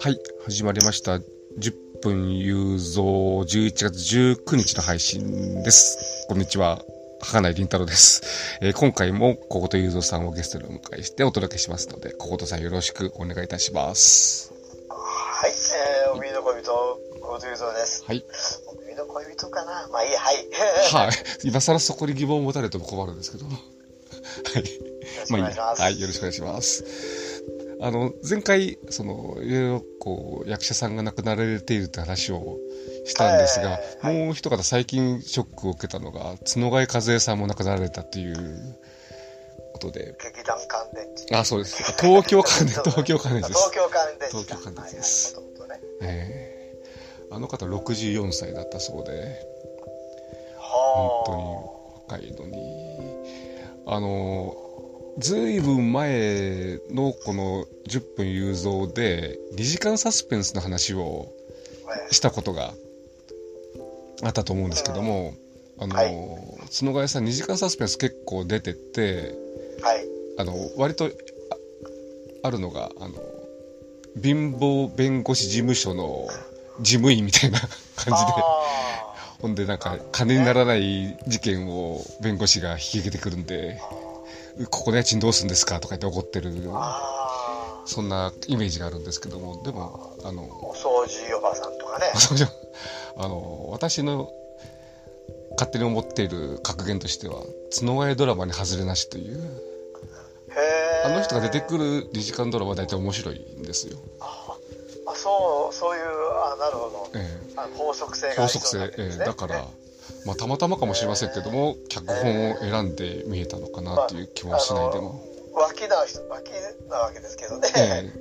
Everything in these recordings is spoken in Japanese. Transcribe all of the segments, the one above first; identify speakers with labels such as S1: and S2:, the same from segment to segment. S1: はい、始まりました。10分有造11月19日の配信です。こんにちは。は内凛太郎です。えー今回も、ここと雄三さんをゲストにお迎えしてお届けしますので、こことさんよろしくお願いいたします。
S2: はい、えー、おみの恋人、コードユーゾーです。
S1: はい。
S2: おみの恋人かなまあいいや、はい。
S1: はい。今更そこに疑問を持たれても困るんですけど。はい。 まあいいやはい、よろしくお願いします。あの、前回、その、いろいろこう、役者さんが亡くなられているって話をしたんですが、
S2: えー
S1: もう一方最近ショックを受けたのが、角貝和恵さんも亡くなられたっていうことで、
S2: 劇団乾電池。
S1: あ、そうです。 東京関連、東京関連で
S2: 東
S1: す。
S2: 京乾電池か。
S1: 東京乾電池です
S2: はいはいなるほどね
S1: えーあの方64歳だったそうで、
S2: は
S1: 若いのにあのずいぶん前のこの「10分雄三」で2時間サスペンスの話を
S2: あ。ね
S1: したことがあったと思うんですけども、あの
S2: はい
S1: 角川さん2時間サスペンス結構出てて
S2: はい。
S1: あの割とああるのがあの貧乏弁護士事務所の事務員みたいな感じで。
S2: あ
S1: ほんでなんか金にならない事件を弁護士が引き受けてくるんでここの家賃どうするんですかとか言って怒ってる
S2: ーあ
S1: そんなイメージがあるんですけどもでもあ
S2: ー。
S1: の
S2: お掃除おばさんとかね。
S1: あの私の勝手に思っている格言としては角替えドラマに外れなしという
S2: へ
S1: あ
S2: ー
S1: の人が出てくる2時間ドラマは大体面白いんですよ、
S2: あ、そう、そういう、あ、なるほど。
S1: ええ
S2: あ法則性があ
S1: 法
S2: り
S1: 則
S2: そうな
S1: 性
S2: ん、で
S1: え
S2: す
S1: え
S2: ね
S1: だから、まあ、たまたまかもしれませんけども脚本を選んで見えたのかなという気もしないでも。
S2: 脇な人、脇なわけですけどね。
S1: え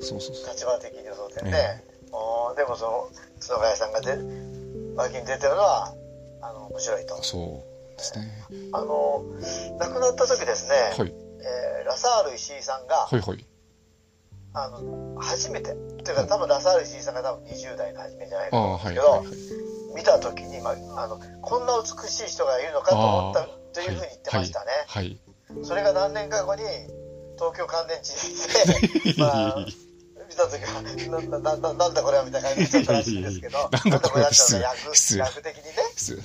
S1: えそうそうそう。
S2: 立場的にはそうだよ
S1: え
S2: ね、おーでもその角川さんがで脇に出てるのはあの面白いと
S1: そうですね。
S2: あの亡くなった時ですね、
S1: はい。
S2: えーラサール石井さんが、
S1: はいはい。
S2: あの初めてというか多分ラサール石井さんが多分20代の初めじゃない
S1: あ
S2: か
S1: あ、はいはいはい。
S2: 見た時に、まあ、あのこんな美しい人がいるのかと思ったというふうに言ってましたね、
S1: はい。、
S2: それが何年か後に東京乾電池で、 まあ、見たときはななな、なんだこれはみたいな感じになっちゃったらしいんですけど
S1: なんだこれは
S2: なんだこれはって
S1: 失
S2: 役
S1: 礼
S2: 役的にね、
S1: 失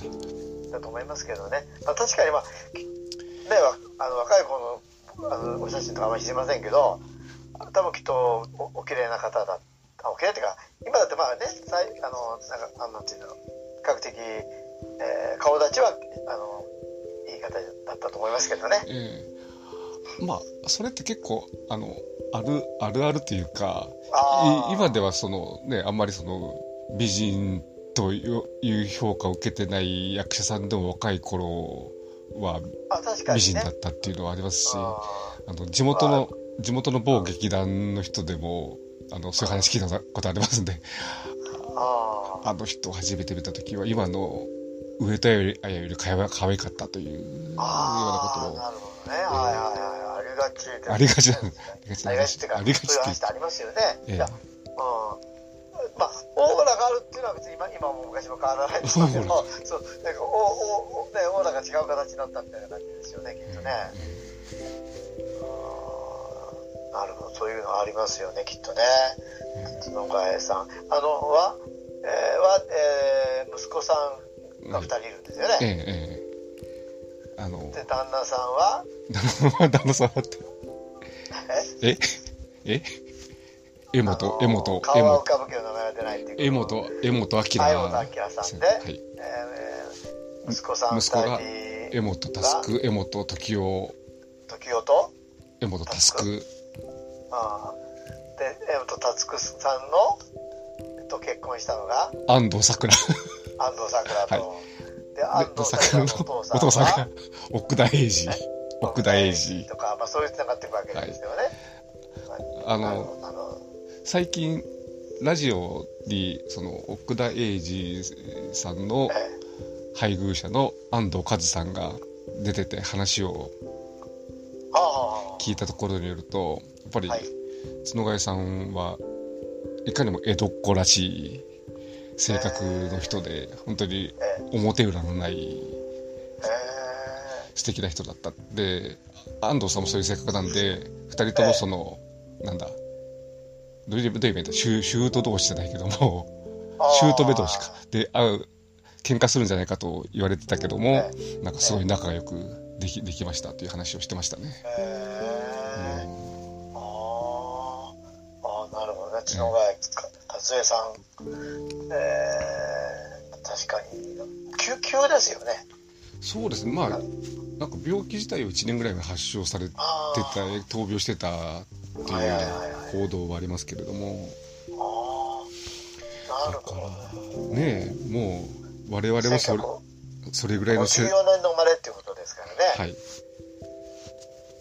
S1: 礼
S2: だと思いますけどね、まあ、確かに、まあ、きね、わあの若い子のあのお写真とかあんまり知りませんけど、多分きっとおお綺麗な方だあお綺麗っていうか、今だってまあね、さいあのなんかあのなんていうの、比較的、えー顔立ちはあのいい方だったと思いますけどね。
S1: ええまあ、それって結構、あの、ある、あるあるというか、
S2: あー
S1: い今ではそのね、あんまりその、美人といういう評価を受けてない役者さんでも若い頃は
S2: あ確かにね
S1: 美人だったっていうのはありますし、
S2: あー
S1: あの地元の地元の某劇団の人でもあのそういう話聞いたことありますんで
S2: あー
S1: あの人を初めて見た時は今の上戸彩よりかわ可愛かったというような
S2: あー
S1: ことを
S2: なるほどね。はいはいはい。ありがちです
S1: ありがちな
S2: ありがちっていうか、
S1: ありがちって
S2: そういう話ってありますよね。
S1: ええ
S2: いや、うん。まあ、オーラがあるっていうのは別に今今も昔も変わらないですけど、そう、なんか
S1: オ
S2: おおおね、オーラが違う形になったみたいな感じですよね、きっとね。うんなるほど、そういうのありますよね、きっとね。角川さん。あの、は、えーは、えー息子さんが二人いるんですよ
S1: え
S2: ね。
S1: えええあの
S2: で、旦那さんは、
S1: 旦那さんだってええ江
S2: あ
S1: 本
S2: の
S1: 江本江
S2: 顔は浮
S1: 本
S2: かぶけど名前は出ないっていう
S1: 江本江本明
S2: 江本明さんで、
S1: はい
S2: えー息子さん2
S1: 息子が江
S2: 人
S1: 本佑江本時雄
S2: 時代と
S1: 江本佑
S2: あーで江本佑さんの、えっと、結婚したのが
S1: 安藤サクラ
S2: 安藤サクラと、
S1: は
S2: で安藤サクラのお父さん
S1: お父さん
S2: は
S1: が奥田英二奥田英二
S2: とか、まあ、そういうつながっていくわけですよね、
S1: あ
S2: あ
S1: の
S2: のあの
S1: 最近ラジオにその奥田英二さんの
S2: え
S1: 配偶者の安藤和さんが出てて話を
S2: ーあ
S1: 聞いたところによるとやっぱり
S2: はい
S1: 角貝さんはいかにも江戸っ子らしい性格の人で本当に
S2: ーえー
S1: 表裏のない
S2: えー
S1: 素敵な人だったで安藤さんもそういう性格なんで2人ともその、なんだどういうどういうイベントシュシュート同士じゃないけども、
S2: あ
S1: シュート目同士か。で、会う、喧嘩するんじゃないかと言われてたけども、
S2: え
S1: なんかすごい仲良くできできましたっていう話をしてましたね。
S2: へえ
S1: うん
S2: あーあーなるほどね角川か達江さんえー、確かに救急ですよね
S1: そうですね、まあ、なんか病気自体を1年ぐらい前発症されて
S2: あ
S1: た
S2: あ、
S1: 闘病してたっていうよう
S2: はいはいはいは
S1: な報道はありますけれども、
S2: ああな
S1: だ
S2: る
S1: か
S2: ほど
S1: ら、ねえ、もう、我々もそれ
S2: 1954
S1: それぐらいの世代、
S2: 年の生まれっていうことですからね、
S1: は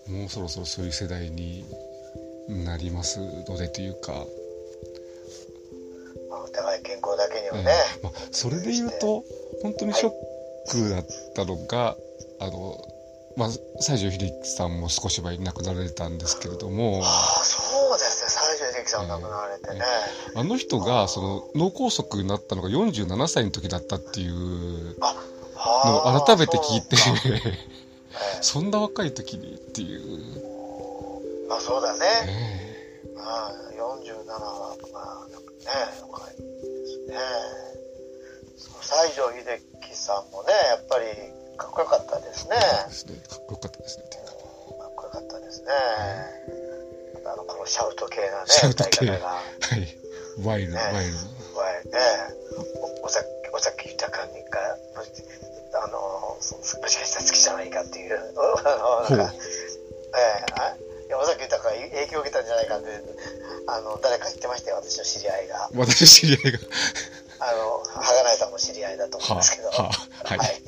S1: い、もうそろそろそういう世代になりますのでというか、
S2: まあ、お互い健康だけには
S1: ええ
S2: ね、
S1: まあ、それで言うと、本当にショックだったのが、あの、まあ、西城秀樹さんも少し前に亡くなられたんですけれども、
S2: ああそうですね西城秀樹さん亡くなられてね、
S1: あの人がその脳梗塞になったのが47歳の時だったっていうのを
S2: ああ
S1: 改めて聞いて
S2: そうかええ
S1: そんな若い時にっていう、
S2: まあそうだね、
S1: え
S2: ああ47はまあよくね若いですねその西城秀樹さんもねやっぱりかっこよかったですね
S1: えそうですねかっこよかったですねっていうか
S2: かっこよかったですねあのこのシャウト系なね
S1: シャウト系
S2: 歌い方が
S1: はいワイルド
S2: ね
S1: ワイル
S2: 加えておお酒お酒豊かにかもしあのそもしかしたら好きじゃないかっていう あ
S1: ほ
S2: の
S1: う
S2: なんかええあ山崎豊が影響を受けたんじゃないかってあの誰か言ってましたよ私の知り合いが
S1: ド私の知り合いが
S2: あの羽がないさんも知り合いだと思うん
S1: は
S2: ですけど、
S1: あはあはいはい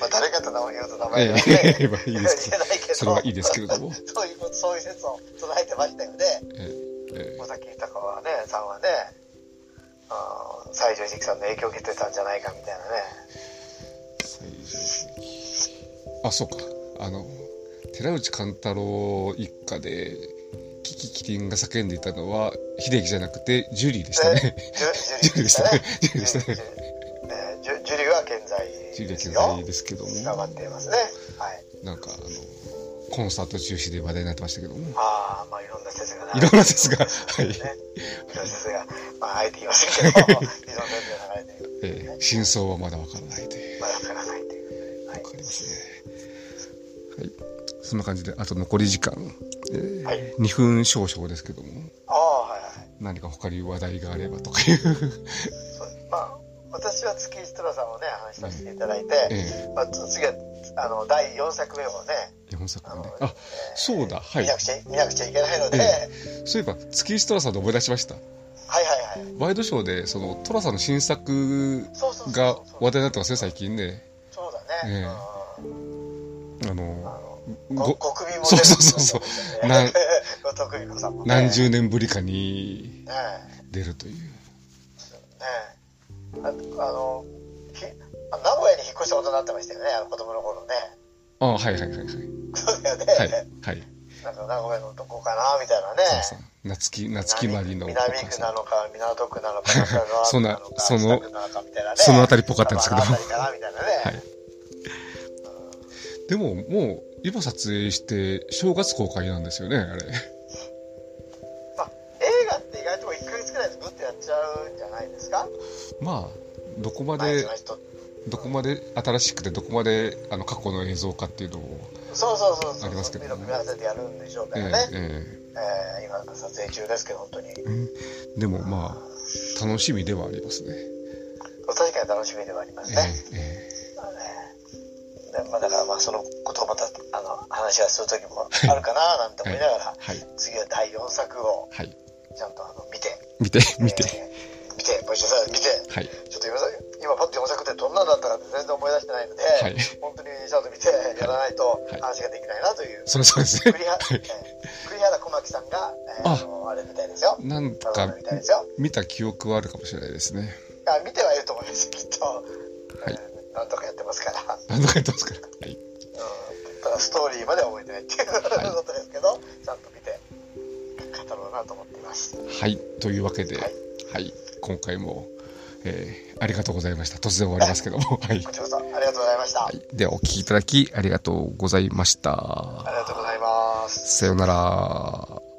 S2: まあ、誰かと名前言うと名前
S1: え
S2: がね、
S1: えまあいいですけ
S2: 言え
S1: ど
S2: ないけど
S1: それはいいですけれども
S2: そういうことそういう説を唱えてましたよね
S1: ええ
S2: 尾崎豊はねさんはねあー西城秀樹さんの影響を受けてたんじゃないかみたいなね
S1: 西城秀樹あそうかあの寺内貫太郎一家でキキキリンが叫んでいたのは秀樹じゃなくてジュリーでしたね
S2: ジュリーでしたね。
S1: ジュリーでしたね
S2: ジュリーねジュジュリーは現在です
S1: ジュ
S2: よ。
S1: リー健在ですけども
S2: 繋がっていますね。はい。
S1: なんかあのコンサート中止で話題になってましたけども
S2: ああ、まあいろんな説が
S1: い
S2: 流れてる
S1: ろんな説がはい
S2: ねいろんな説が、まああえて言いませんけど、いろんな説が流れている。
S1: えー真相はまだわからないという
S2: まだわからないという。は
S1: わ
S2: い
S1: かりますねはいそんな感じであと残り時間、えー
S2: はい
S1: 2分少々ですけども
S2: ああ、はいはい。
S1: 何か他に話題があればとかいう
S2: そうまあ、私は月石虎さんをね、話させていただい
S1: え
S2: て、
S1: え
S2: まあ、次は、あの、第4作目をね、
S1: ー、本作
S2: あ
S1: 目
S2: の
S1: ねあそうだはい
S2: 見なくちゃ、見なくちゃいけないので、
S1: え
S2: は
S1: え
S2: い
S1: そういえば月石寅さんで思い出しました
S2: はいはい。
S1: ワイドショーでその寅さんの新作
S2: そうそうそうそう。
S1: が話題になってますね最近ね
S2: そうだね。
S1: ええ
S2: うん
S1: あ
S2: あ
S1: の
S2: のご
S1: ご
S2: 国民も
S1: そうそうそうそう
S2: 出る
S1: なん
S2: ね後藤久美子さんもね
S1: 何
S2: ね
S1: 十年ぶりかに
S2: えね
S1: 出るという
S2: えああのひあ名古屋に引っ越したことになってましたよねあの子供の頃ね
S1: あはいはいはいはい
S2: そうだよね、
S1: はいはい
S2: なんか名古屋のどこかなみたいなね
S1: お母さん夏木夏木マリのお
S2: 南
S1: 母
S2: 区
S1: さ
S2: なんのか港区なのか中野区
S1: そんな
S2: のか
S1: その
S2: 北区なのかみたいなね
S1: その辺りっぽかったんですけど
S2: あの辺りかなみたいなね、
S1: はい でももう今撮影して正月公開なんですよねあれ
S2: まあ、映画って意外とも1ヶ月ぐらいでグッとやっちゃうんじゃないですか
S1: まあどこま
S2: 前
S1: で
S2: の人って
S1: どこまで新しくてどこまであの過去の映像かっていうのを
S2: そうそうそうそう。
S1: ありますけどね
S2: 組み合わせてやるんでしょうか
S1: え
S2: ら
S1: え
S2: ね。え
S1: え
S2: ー今撮影中ですけど、本当に。
S1: えうんでもまあ楽しみではありますね
S2: 確かに楽しみではあります
S1: え
S2: ね。
S1: ええ
S2: でまあ、だからまあ、そのことをまた、あの、話はする時もあるかな、なんて思いながら、
S1: えはい
S2: 次は第4作を
S1: はい
S2: ちゃんとあの見て、
S1: 見て見て
S2: えー見て、ご一緒さん見て、
S1: はい
S2: ちょっと今さ今パッと4作ってどんなんだったかって全然思い出してないので、
S1: はい
S2: 本当にちゃんと見てやらないと
S1: はい
S2: 話ができないなという。
S1: それそうですね
S2: 栗原、えー栗原小牧さんが、えー
S1: あ
S2: あのあれみたいですよ。
S1: なん
S2: あ
S1: か
S2: のみたいですよ。
S1: 見た記憶はあるかもしれないですね
S2: あ見てはいると思いますきっ
S1: い
S2: と、えーなんとかやってますから、うん、
S1: 何度かやってますからはい
S2: ただストーリーまでは覚えてないっていう
S1: い
S2: ことですけど、ちゃんと見て語ろうなと思っています
S1: はい、というわけで、は
S2: はいい、
S1: 今回も、えーありがとうございました。突然終わりますけども、はい
S2: こ。ちらこそありがとうございました、
S1: はいでは、お聞きいただき、ありがとうございまし
S2: あ
S1: た。
S2: りがとうございます
S1: さようなら。